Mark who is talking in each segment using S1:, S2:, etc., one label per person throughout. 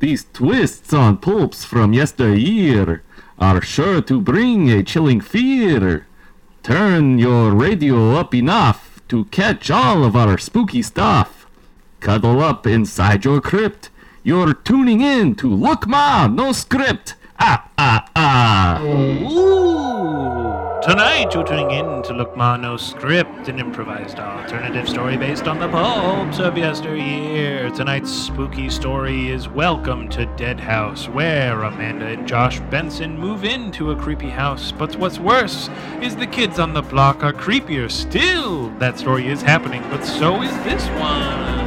S1: These twists on pulps from yesteryear are sure to bring a chilling fear. Turn your radio up enough to catch all of our spooky stuff. Cuddle up inside your crypt. You're tuning in to Look Ma, no script. Ah, ah, ah.
S2: Ooh. Tonight you're tuning in to Lukmano's script, an improvised alternative story based on the pulps of yesteryear. Tonight's spooky story is Welcome to Dead House, where Amanda and Josh Benson move into a creepy house. But what's worse is the kids on the block are creepier still. That story is happening, but so is this one.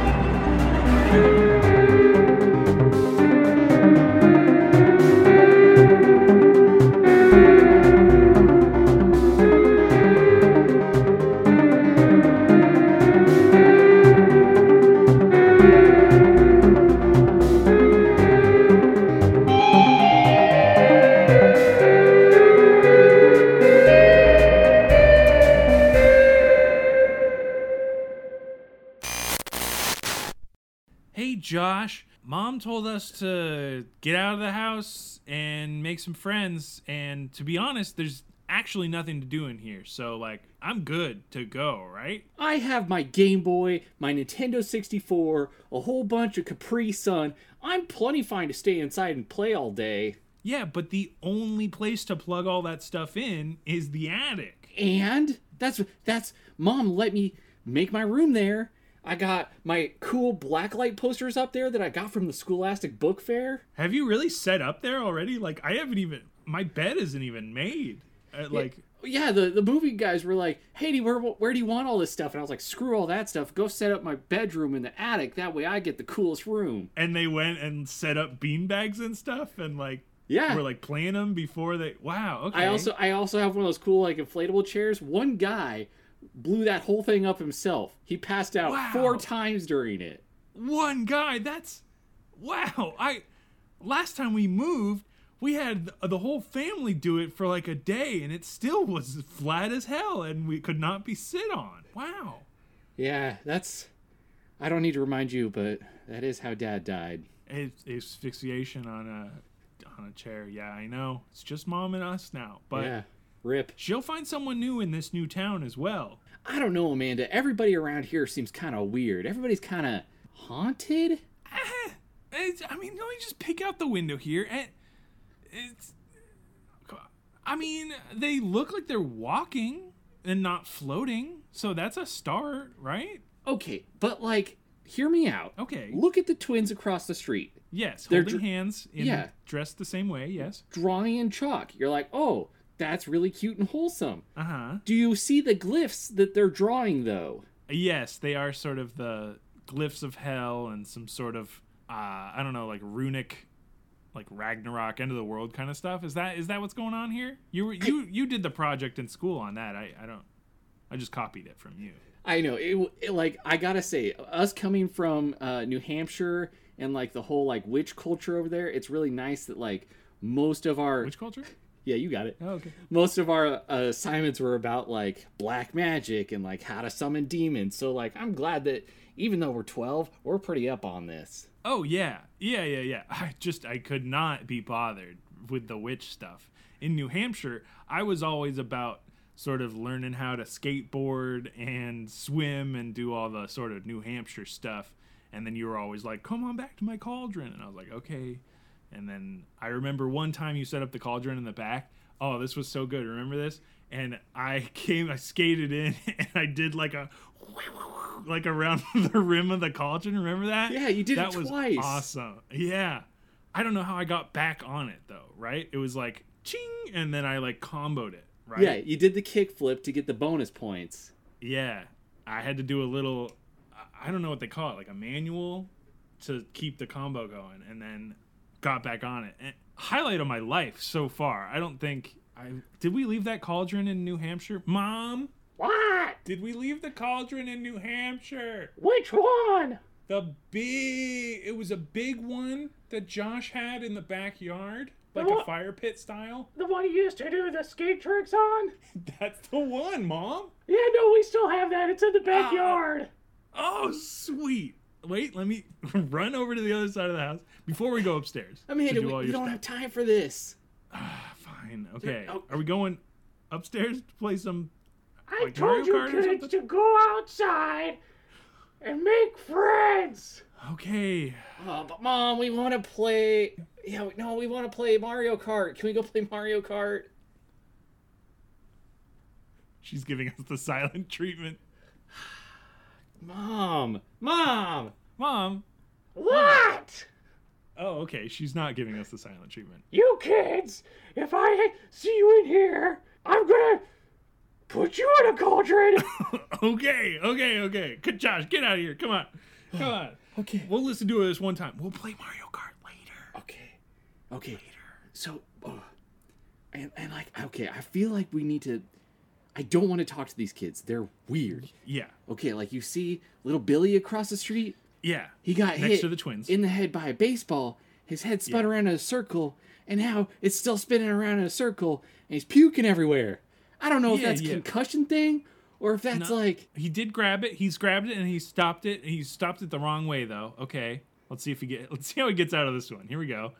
S3: Hey, Josh, mom told us to get out of the house and make some friends. And to be honest, there's actually nothing to do in here. So, like, I'm good to go, right?
S4: I have my Game Boy, my Nintendo 64, a whole bunch of Capri Sun. I'm plenty fine to stay inside and play all day.
S3: Yeah, but the only place to plug all that stuff in is the attic.
S4: And that's that's mom let me make my room there. I got my cool blacklight posters up there that I got from the Scholastic Book Fair.
S3: Have you really set up there already? Like, I haven't even, my bed isn't even made. Uh, like,
S4: Yeah, the, the movie guys were like, "Hey, do you, where where do you want all this stuff?" And I was like, "Screw all that stuff. Go set up my bedroom in the attic. That way, I get the coolest room."
S3: and they went and set up beanbags and stuff and, like,
S4: Yeah,
S3: were like playing them before they. Wow. Okay.
S4: I also I also have one of those cool like inflatable chairs. One guy blew that whole thing up himself. He passed out
S3: Wow.
S4: four times during it.
S3: one guy that's wow i last time we moved we had the whole family do it for like a day and it still was flat as hell and we could not be sit on wow
S4: Yeah, that's I don't need to remind you, but that is how dad died.
S3: It's asphyxiation on a on a chair yeah i know it's just mom and us now but
S4: yeah. Rip.
S3: she'll find someone new in this new town as well
S4: I don't know, Amanda. Everybody around here seems kind of weird. Everybody's kind of haunted.
S3: Eh, it's, i mean let me just pick out the window here and it's I mean, they look like they're walking and not floating, so that's a start, right?
S4: Okay, but like hear me out.
S3: Okay.
S4: Look at the twins across the street.
S3: Yes,
S4: They're
S3: holding
S4: dr-
S3: hands in
S4: Yeah.
S3: dressed the same way, yes.
S4: Drawing in chalk. You're like, "Oh, that's really cute and wholesome."
S3: Uh-huh.
S4: Do you see the glyphs that they're drawing though?
S3: Yes, they are sort of the glyphs of hell and some sort of uh I don't know, like runic like Ragnarok end of the world kind of stuff. Is that is that what's going on here? You were you you did the project in school on that. I I don't I just copied it from you.
S4: I know it, w- it. Like I gotta say, us coming from uh, New Hampshire and like the whole like witch culture over there, it's really nice that like most of our
S3: Which culture?
S4: yeah, you got it.
S3: Er, Oh, okay.
S4: Most of our uh, assignments were about like black magic and like how to summon demons. So like I'm glad that even though we're 12, we're pretty up on this.
S3: Oh yeah, yeah, yeah, yeah. I just I could not be bothered with the witch stuff in New Hampshire. I was always about sort of learning how to skateboard and swim and do all the sort of New Hampshire stuff. And then you were always like, "Come on back to my cauldron," and I was like, "Okay." And then I remember one time you set up the cauldron in the back. Oh, this was so good. Remember this? And I came, I skated in, and I did like a like around the rim of the cauldron. Remember that?
S4: Yeah, you did it
S3: that was
S4: twice.
S3: awesome. Yeah. I don't know how I got back on it though, right? It was like ching and then I like comboed it, right?
S4: Yeah, you did the kickflip to get the bonus points.
S3: Yeah. I had to do a little I- I don't know what they call it, like a manual to keep the combo going and then got back on it. And highlight of my life so far. I don't think I did we leave that cauldron in New Hampshire? Mom,
S4: What?
S3: did we leave the cauldron in New Hampshire?
S4: Which one?
S3: The big, it was a big one that Josh had in the backyard, like a
S4: What?
S3: fire pit style.
S4: The one you used to do the skate tricks on?
S3: That's the one, Mom.
S4: Yeah, no, we still have that. It's in the
S3: backyard. Oh, sweet. wait, let me run over to the other side of the house before we go upstairs.
S4: I mean,
S3: to
S4: we,
S3: do all
S4: we
S3: your
S4: don't
S3: stuff.
S4: have time for this.
S3: Fine. Okay.
S4: oh.
S3: Are we going upstairs to play some?
S5: I
S3: Like Mario
S5: told you
S3: Kart or
S5: kids
S3: something?
S5: to go outside and make friends.
S3: Okay.
S4: Oh, but mom, we want to play. Yeah, we- no, we want to play Mario Kart. Can we go play Mario Kart?
S3: She's giving us the silent treatment.
S4: Mom, mom.
S3: Mom.
S5: What?
S3: Oh, okay. She's not giving us the silent treatment.
S5: You kids, if I see you in here, I'm gonna put you in a cauldron.
S3: Okay. Okay. Okay. Good, Josh. Get out of here. Come on. Come on.
S4: Okay.
S3: We'll listen to it this one time. We'll play Mario Kart later.
S4: Okay. Okay. So, oh, and and like, okay, I feel like we need to. I don't want to talk to these kids. They're weird.
S3: Yeah.
S4: Okay, like you see little Billy across the street.
S3: Yeah.
S4: He got
S3: Next
S4: hit
S3: to the twins.
S4: in the head by a baseball. His head spun around in a circle, and now it's still spinning around in a circle, and he's puking everywhere. I don't know if
S3: Yeah,
S4: that's
S3: yeah.
S4: concussion thing or if that's
S3: No.
S4: like
S3: He did grab it. He's grabbed it and he stopped it. He stopped it the wrong way though. Okay. Let's see if he get let's see how he gets out of this one. Here we go.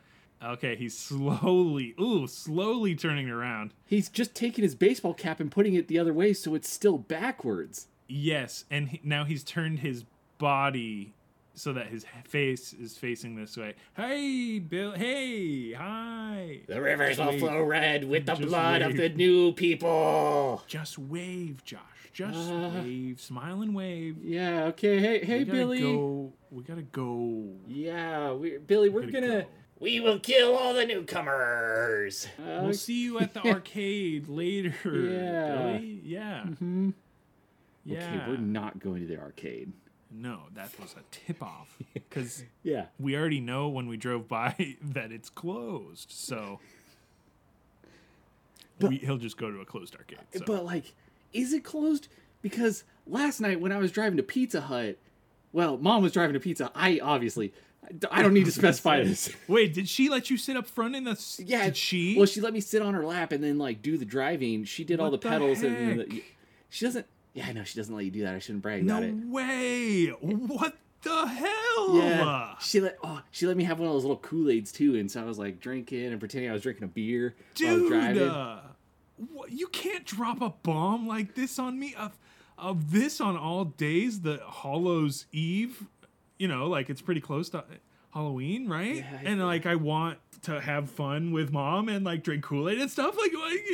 S3: Okay, he's slowly ooh, slowly turning it around.
S4: he's just taking his baseball cap and putting it the other way so it's still backwards.
S3: Yes, and he, now he's turned his body so that his he- face is facing this way. Hey, Bill. Hey, hi.
S4: The rivers will flow red with the
S3: Just
S4: blood of the
S3: wave.
S4: new people.
S3: Just wave, Josh. Just
S4: Uh.
S3: wave. Smile and wave.
S4: Yeah, okay. Hey, hey,
S3: we gotta
S4: Billy.
S3: Go. We gotta go.
S4: Yeah, we Billy, we're,
S3: gotta
S4: gonna.
S3: go.
S4: We will kill all the newcomers.
S3: We'll see you at the arcade later.
S4: Yeah. Mm-hmm.
S3: Billy. Yeah. Yeah.
S4: Okay, we're not going to the arcade.
S3: No, that was a tip off. Because
S4: Yeah.
S3: we already know when we drove by that it's closed. So we, he'll just go to a closed arcade. So.
S4: Uh, But like, is it closed? Because last night when I was driving to Pizza Hut, well, Mom was driving to Pizza. I obviously, I don't need to specify this.
S3: Wait, did she let you sit up front in the? s-
S4: Yeah.
S3: Did she?
S4: Well, she let me sit on her lap and then like do the driving. She did all the,
S3: What the
S4: pedals and
S3: heck?
S4: the, she doesn't. Yeah, I know she doesn't let you do that. I shouldn't brag
S3: no
S4: about it.
S3: way! What the hell?
S4: Yeah, she let oh she let me have one of those little Kool Aids too, and so I was like drinking and pretending I was drinking a beer while I was
S3: dude.
S4: driving.
S3: uh, what, you can't drop a bomb like this on me. Of of this on all days, the Hollows Eve. You know, like it's pretty close to uh, Halloween, right?
S4: Yeah,
S3: and like I want to have fun with mom and like drink Kool Aid and stuff. Like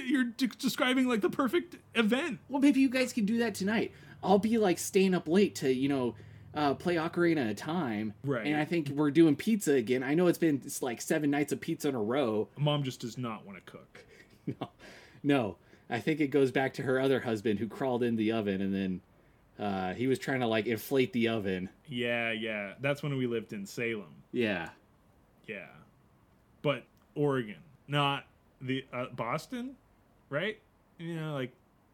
S3: you're de- describing like the perfect event.
S4: Well, maybe you guys can do that tonight. I'll be like staying up late to you know uh, play Ocarina of Time,
S3: Right.
S4: And I think we're doing pizza again. I know it's been it's like seven nights of pizza in a row.
S3: Mom just does not want to cook.
S4: No, I think it goes back to her other husband who crawled in the oven and then uh, he was trying to like inflate the oven.
S3: Yeah, yeah. That's when we lived in Salem.
S4: Yeah,
S3: Yeah. But Oregon, not the uh, Boston, right? You know, like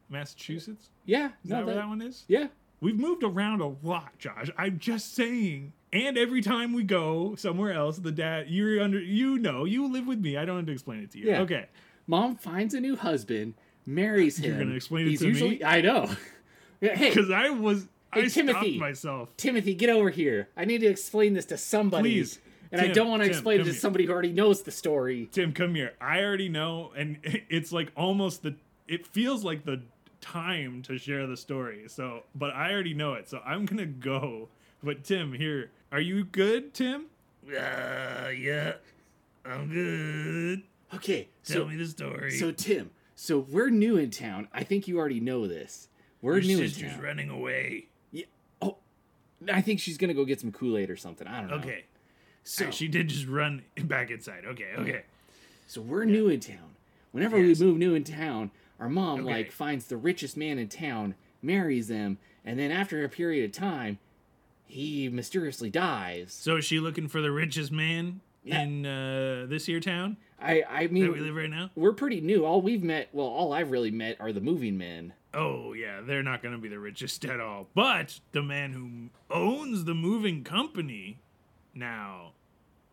S3: Massachusetts.
S4: yeah,
S3: Is
S4: no,
S3: that where
S4: that-
S3: that one is?
S4: yeah.
S3: We've moved around a lot, Josh. I'm just saying. And every time we go somewhere else, the dad, you're under, you know, you live with me. I don't have to explain it to you.
S4: Yeah.
S3: Okay.
S4: Mom finds a new husband, marries him.
S3: You're gonna explain it to
S4: usually,
S3: me?
S4: I know. Yeah, hey,
S3: Because I was,
S4: Hey,
S3: I
S4: Timothy.
S3: stopped myself.
S4: Timothy, get over here. I need to explain this to somebody.
S3: Please,
S4: And I
S3: Tim,
S4: don't want to
S3: Tim,
S4: explain it
S3: come
S4: to
S3: here.
S4: somebody who already knows the story.
S3: Tim, come here. I already know, and it's like almost the. It feels like the time to share the story. So, but I already know it. So I'm gonna go. But Tim, here, are you good, Tim? Uh, yeah, I'm good.
S4: Okay, so
S3: the story.
S4: so Tim, so we're new in town. I think you already know this. We're new in town.
S3: running away.
S4: Yeah. Oh, I think she's gonna go get some Kool Aid or something. I don't
S3: Oh.
S4: know.
S2: Okay.
S4: so
S2: did just run back inside. Okay, okay.
S4: So we're new in town. Whenever we move new in town, our mom like finds the richest man in town, marries him, and then after a period of time, he mysteriously dies.
S2: So is she looking for the richest man in uh, this here town
S4: I I
S2: that we live
S4: mean,
S2: right now?
S4: we're pretty new. All we've met, well, all I've really met are the moving men.
S2: Oh yeah, they're not going to be the richest at all. But the man who owns the moving company now,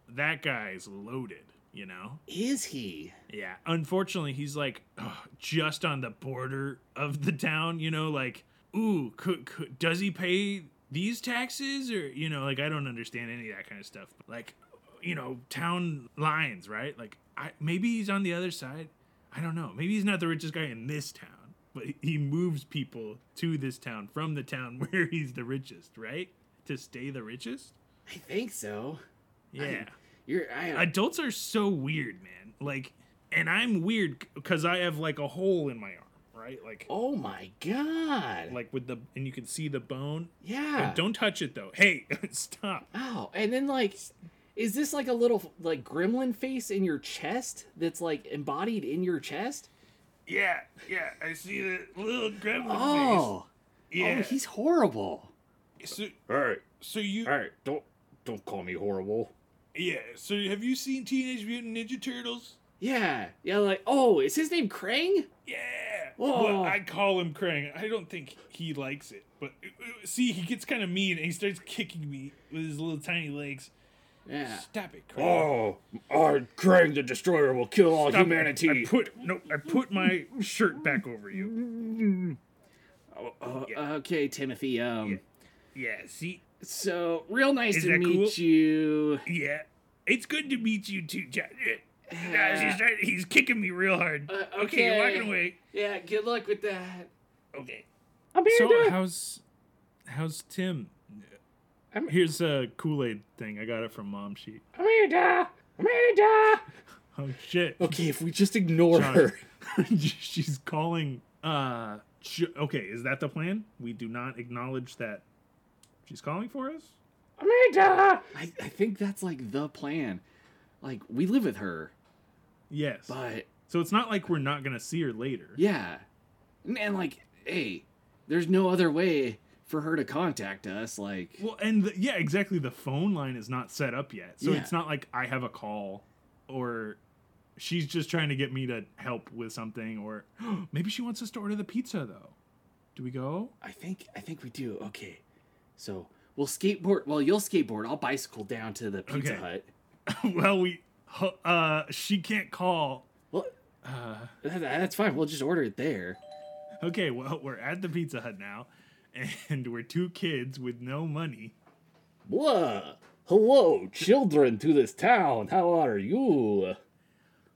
S2: that guy's loaded. You know?
S4: Is he?
S2: Yeah. Unfortunately, he's like ugh, just on the border of the town. You know, like ooh, could, could, does he pay
S3: these taxes or you know like i don't understand any of that kind of stuff like you know town lines right like I, maybe he's on the other side i don't know maybe he's not the richest guy in this town but he- he moves people to this town from the town where he's the richest right to stay the richest
S4: I think so.
S3: yeah
S4: You're I,
S3: adults are so weird man like and i'm weird because i have like a hole in my arm right like
S4: Oh my god.
S3: like with the and you can see the bone
S4: yeah.
S3: don't touch it though hey stop
S4: Wow. And then like is this like a little like gremlin face in your chest that's like embodied in your chest?
S3: Yeah, yeah, I see the little gremlin
S4: Oh.
S3: face. Yeah.
S4: Oh, he's horrible.
S2: So,
S5: Alright,
S2: so you,
S5: alright, don't don't call me horrible.
S2: yeah. So have you seen Teenage Mutant Ninja Turtles?
S4: Yeah. Yeah, like oh, is his name Krang?
S2: Yeah.
S4: Oh.
S2: Well, I call him Krang. I don't think he likes it, but uh, see, he gets kind of mean and he starts kicking me with his little tiny legs.
S4: Yeah.
S2: Stop it, Krang.
S5: Oh, our Krang the Destroyer will kill all
S2: Stop it.
S5: humanity.
S2: I put no. I put my shirt back over you.
S4: Oh, okay, Timothy. Um
S2: Yeah. See.
S4: so real nice
S2: Is
S4: to
S2: that
S4: meet
S2: cool?
S4: you.
S2: Yeah. It's good to meet you too, Jack. Guys,
S4: Yeah.
S2: he's, trying- he's kicking me real hard.
S4: Uh,
S2: okay, you're
S4: okay.
S2: walking away.
S4: Yeah, good luck with that.
S2: Okay.
S3: So how's how's Tim? Here's a Kool Aid thing. I got it from Mom Sheet.
S5: Amanda! Amanda!
S3: Oh shit!
S4: Okay, if we just ignore
S3: John.
S4: her.
S3: She's calling. Uh, sh- okay, is that the plan? We do not acknowledge that she's calling for us.
S5: Amanda!
S4: I, I think that's like the plan. Like we live with her,
S3: Yes.
S4: but
S3: So it's not like we're not gonna see her later.
S4: yeah, and, and, like hey, there's no other way for her to contact us. Like
S3: Well, and the, yeah, exactly. The phone line is not set up yet, so
S4: Yeah.
S3: it's not like I have a call, or she's just trying to get me to help with something, or maybe she wants us to order the pizza though. Do we go?
S4: I think I think we do. Okay, so we'll skateboard. Well, you'll skateboard. I'll bicycle down to the Pizza
S3: Okay.
S4: Hut.
S3: well, we. Uh, she can't call.
S4: Well,
S3: Uh,
S4: that, that's fine. We'll just order it there.
S3: okay, well, we're at the Pizza Hut now, and we're two kids with no money.
S4: Blah. Hello, children to this town. How are you?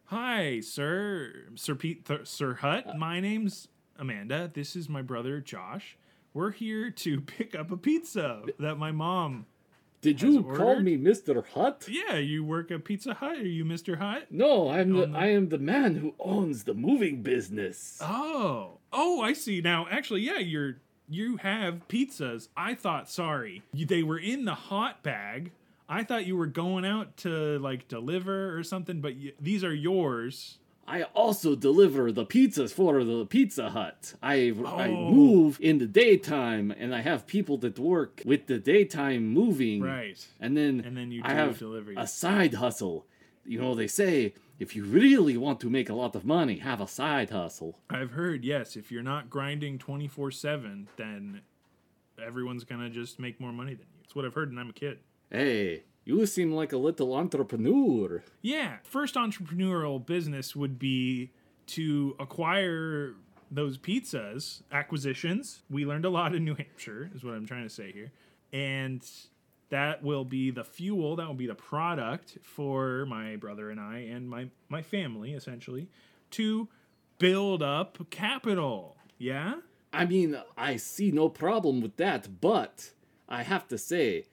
S3: Hi, sir, Sir Pete, th- Sir Hut. My name's Amanda. This is my brother Josh. We're here to pick up a pizza that my mom.
S4: Did
S3: Has you call ordered? me
S4: Mr. Hut?
S3: Yeah, you work at Pizza Hut. Are you Mr. Hut?
S4: No, I'm the,
S3: Um,
S4: I am the man who owns the moving business.
S3: Oh, oh, I see now. Actually, yeah, you're you have pizzas. I thought, sorry, you, they were in the hot bag. I thought you were going out to like deliver or something, but y- these are yours.
S4: I also deliver the pizzas for the Pizza Hut. I, I
S3: Oh.
S4: move in the daytime, and I have people that work with the daytime moving.
S3: Right.
S4: And then,
S3: And then you
S4: I
S3: do
S4: have
S3: delivery.
S4: a side hustle. You know, they say if you really want to make a lot of money, have a side hustle.
S3: I've heard, yes, if you're not grinding 24 7, then everyone's going to just make more money than you. It's what I've heard, and I'm a kid.
S4: Hey, you seem like a little entrepreneur.
S3: Yeah, first entrepreneurial business would be to acquire those pizzas, acquisitions. We learned a lot in New Hampshire, is what I'm trying to say here. And that will be the fuel, that will be the product for my brother and I and my, my family, essentially, to build up capital. Yeah?
S4: I mean, I see no problem with that, but I have to say,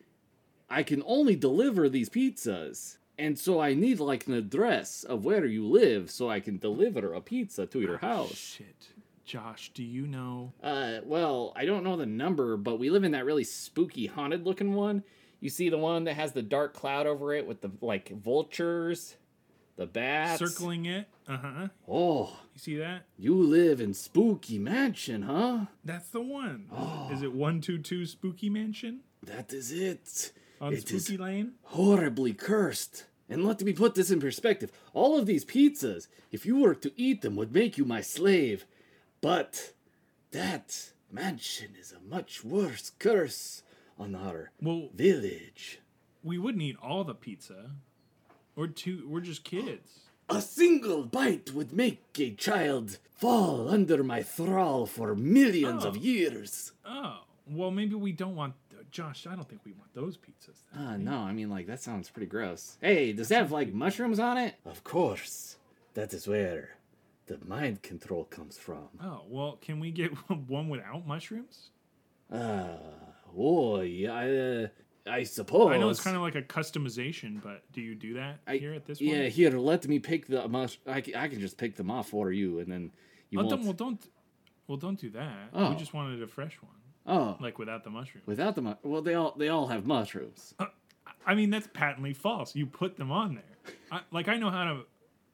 S4: I can only deliver these pizzas. And so I need like an address of where you live so I can deliver a pizza to your house.
S3: Shit. Josh, do you know?
S4: Uh, well, I don't know the number, but we live in that really spooky haunted looking one. You see the one that has the dark cloud over it with the like vultures, the bats.
S3: Circling it. Uh huh.
S4: Oh,
S3: You see that?
S4: you live in spooky mansion, huh?
S3: That's the one. Is it 122 Spooky Mansion
S4: That is it.
S3: on
S4: It
S3: Spooky
S4: is-
S3: Lane?
S4: horribly cursed. And let me put this in perspective. All of these pizzas, if you were to eat them, would make you my slave. But that mansion is a much worse curse on our
S3: Well,
S4: village.
S3: we wouldn't eat all the pizza. We're two. We're just kids.
S4: A single bite would make a child fall under my thrall for millions of
S3: Oh.
S4: years.
S3: Oh, well, maybe we don't want. Josh, I don't think we want those pizzas. Then.
S4: Uh, no, I mean, like, that sounds pretty gross. Hey, does that have, like, mushrooms on it?
S6: Of course. That is where the mind control comes from.
S3: Oh well, can we get one without mushrooms?
S6: Uh, oh, yeah, I, uh, I suppose.
S3: I know it's kind of like a customization, but do you do that
S4: I-
S3: here at this
S4: Yeah,
S3: one?
S4: here, let me pick the mush. I, ca- I can just pick them off for you, and then you
S3: Oh,
S4: won't.
S3: don't, well, don't. Well, don't do that.
S4: Oh.
S3: We just wanted a fresh one,
S4: oh,
S3: like without the mushrooms.
S4: without the mu- well, they all they all have mushrooms.
S3: I mean, that's patently false. You put them on there. I, like I know how to.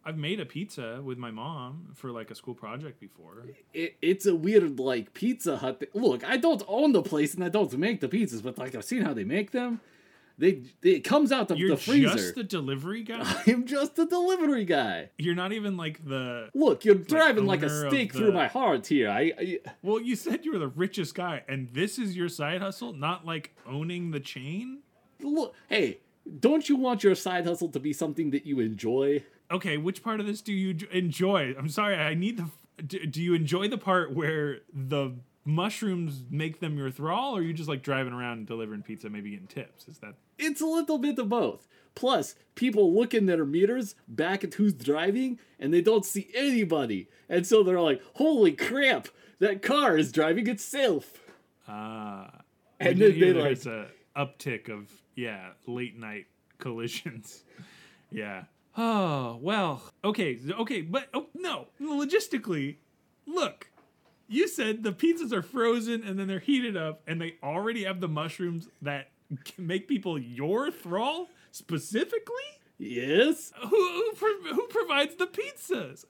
S3: I've made a pizza with my mom for like a school project before.
S4: It, it's a weird like Pizza Hut. Thing. Look, I don't own the place and I don't make the pizzas, but like I've seen how they make them. They, they it comes out of
S3: You're
S4: the freezer.
S3: just the delivery guy.
S4: I'm just a delivery guy.
S3: You're not even like the.
S4: Look, you're driving like
S3: owner
S4: a
S3: of
S4: stake
S3: the-
S4: through my heart here. I, I
S3: Well, you said you were the richest guy, and this is your side hustle, not like owning the chain.
S4: look. Hey, don't you want your side hustle to be something that you enjoy?
S3: okay which part of this do you j- enjoy i'm sorry i need the do, do you enjoy the part where the mushrooms make them your thrall or are you just like driving around and delivering pizza maybe getting tips is that
S4: It's a little bit of both. Plus, people look in their meters back at who's driving and they don't see anybody. And so they're like, holy crap, that car is driving itself.
S3: uh
S4: And
S3: we
S4: then
S3: did hear
S4: they like,
S3: there's a uptick of yeah late night collisions yeah oh well okay okay but oh no logistically look you said the pizzas are frozen and then they're heated up and they already have the mushrooms that can make people your thrall specifically
S4: yes?
S3: who who, pro- who provides the pizzas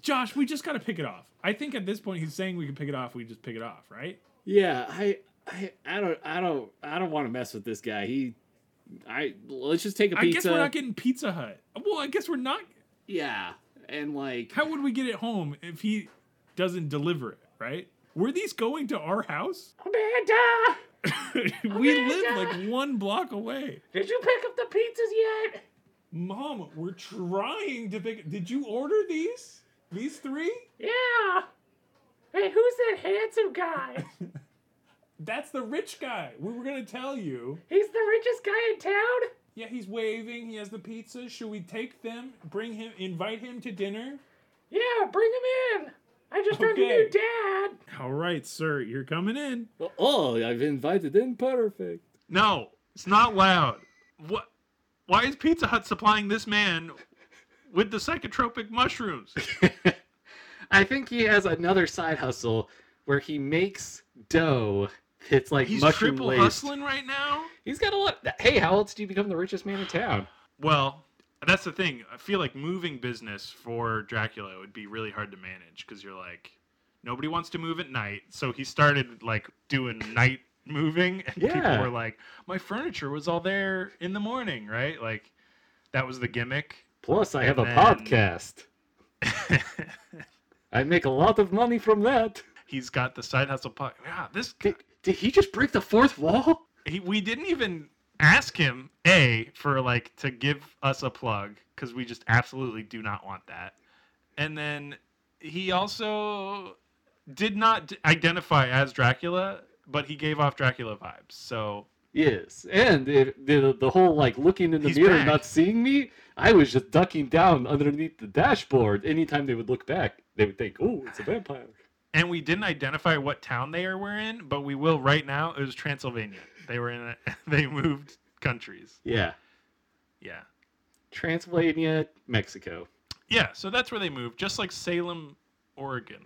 S3: josh we just gotta pick it off i think at this point he's saying we can pick it off we just pick it off right
S4: Yeah, I, I, I don't, I don't, I don't want to mess with this guy. He, I, let's just take a
S3: i
S4: pizza.
S3: guess we're not getting pizza hut well i guess we're not
S4: yeah. And like,
S3: how would we get it home if he doesn't deliver it right were these going to our house
S5: Amanda!
S3: we live like one block away
S5: Did you pick up the pizzas yet?
S3: mom we're trying to pick did you order these these three
S5: Yeah! Hey, who's that handsome guy?
S3: that's the rich guy we were gonna tell you
S5: He's the richest guy in town?
S3: Yeah, he's waving. He has the pizza. Should we take them? Bring him, invite him to dinner?
S5: Yeah, bring him in! I just found a
S3: Okay.
S5: new dad!
S3: All right, sir. You're coming in.
S4: oh, I've invited in. Perfect.
S2: No, it's not loud. What? Why is Pizza Hut supplying this man with the psychotropic mushrooms?
S4: I think he has another side hustle where he makes dough. It's like
S2: He's
S4: mushroom
S2: triple
S4: laced.
S2: hustling right now.
S4: He's got a lot. Hey, how else do you become the richest man in town?
S2: Well, that's the thing. I feel like moving business for Dracula would be really hard to manage because you're like, nobody wants to move at night. So he started like doing night moving, and people
S4: Yeah.
S2: were like, my furniture was all there in the morning, right? Like, that was the gimmick.
S4: Plus, I have a
S2: Man.
S4: podcast. I make a lot of money from that.
S2: He's got the side hustle pot. Yeah, this
S4: Did, did he just break the fourth wall?
S2: he, we didn't even ask him a for like to give us a plug because we just absolutely do not want that and then he also did not d- identify as dracula but he gave off dracula vibes so
S4: Yes, and it, the the whole like looking in the
S2: He's
S4: mirror,
S2: back.
S4: and not seeing me. I was just ducking down underneath the dashboard. Anytime they would look back, they would think, "Oh, it's a vampire."
S2: and we didn't identify what town they were in but we will right now it was transylvania they were in a, they moved countries
S4: Yeah,
S2: yeah
S4: Transylvania, Mexico.
S2: yeah so that's where they moved just like salem oregon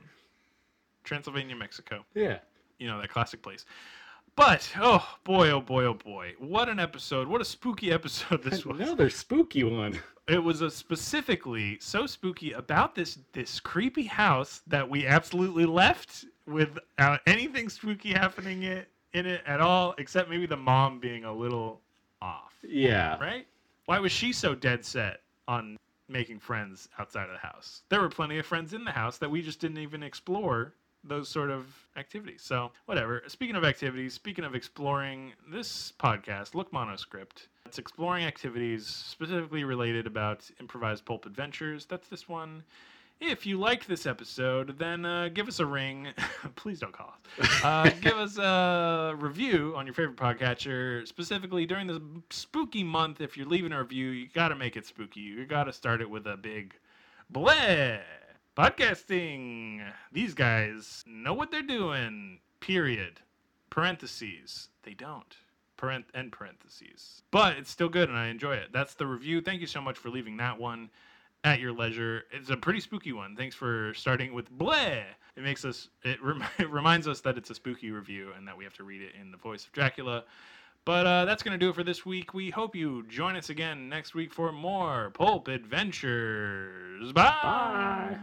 S2: transylvania mexico
S4: Yeah.
S2: you know that classic place. But oh boy, oh boy, oh boy! What an episode! What a spooky episode this was.
S4: Another spooky one.
S2: It was a specifically so spooky about this this creepy house that we absolutely left without anything spooky happening it, in it at all, except maybe the mom being a little off,
S4: Yeah.
S2: right? Why was she so dead set on making friends outside of the house? There were plenty of friends in the house that we just didn't even explore those sort of activities. So, whatever. Speaking of activities, speaking of exploring this podcast, Look Monoscript, it's exploring activities specifically related about improvised pulp adventures. That's this one.
S3: If you like this episode, then uh, give us a ring. Please don't call us. Uh, give us a review on your favorite podcatcher, specifically during the spooky month. If you're leaving a review, you got to make it spooky. You got to start it with a big bleh. Podcasting. These guys know what they're doing. Period. Parentheses. They don't. Parenth- end parentheses. But it's still good and I enjoy it. That's the review. Thank you so much for leaving that one at your leisure. It's a pretty spooky one. Thanks for starting with bleh. It makes us. It, rem- it reminds us that it's a spooky review and that we have to read it in the voice of Dracula. But uh, that's gonna do it for this week. We hope you join us again next week for more pulp adventures. Bye.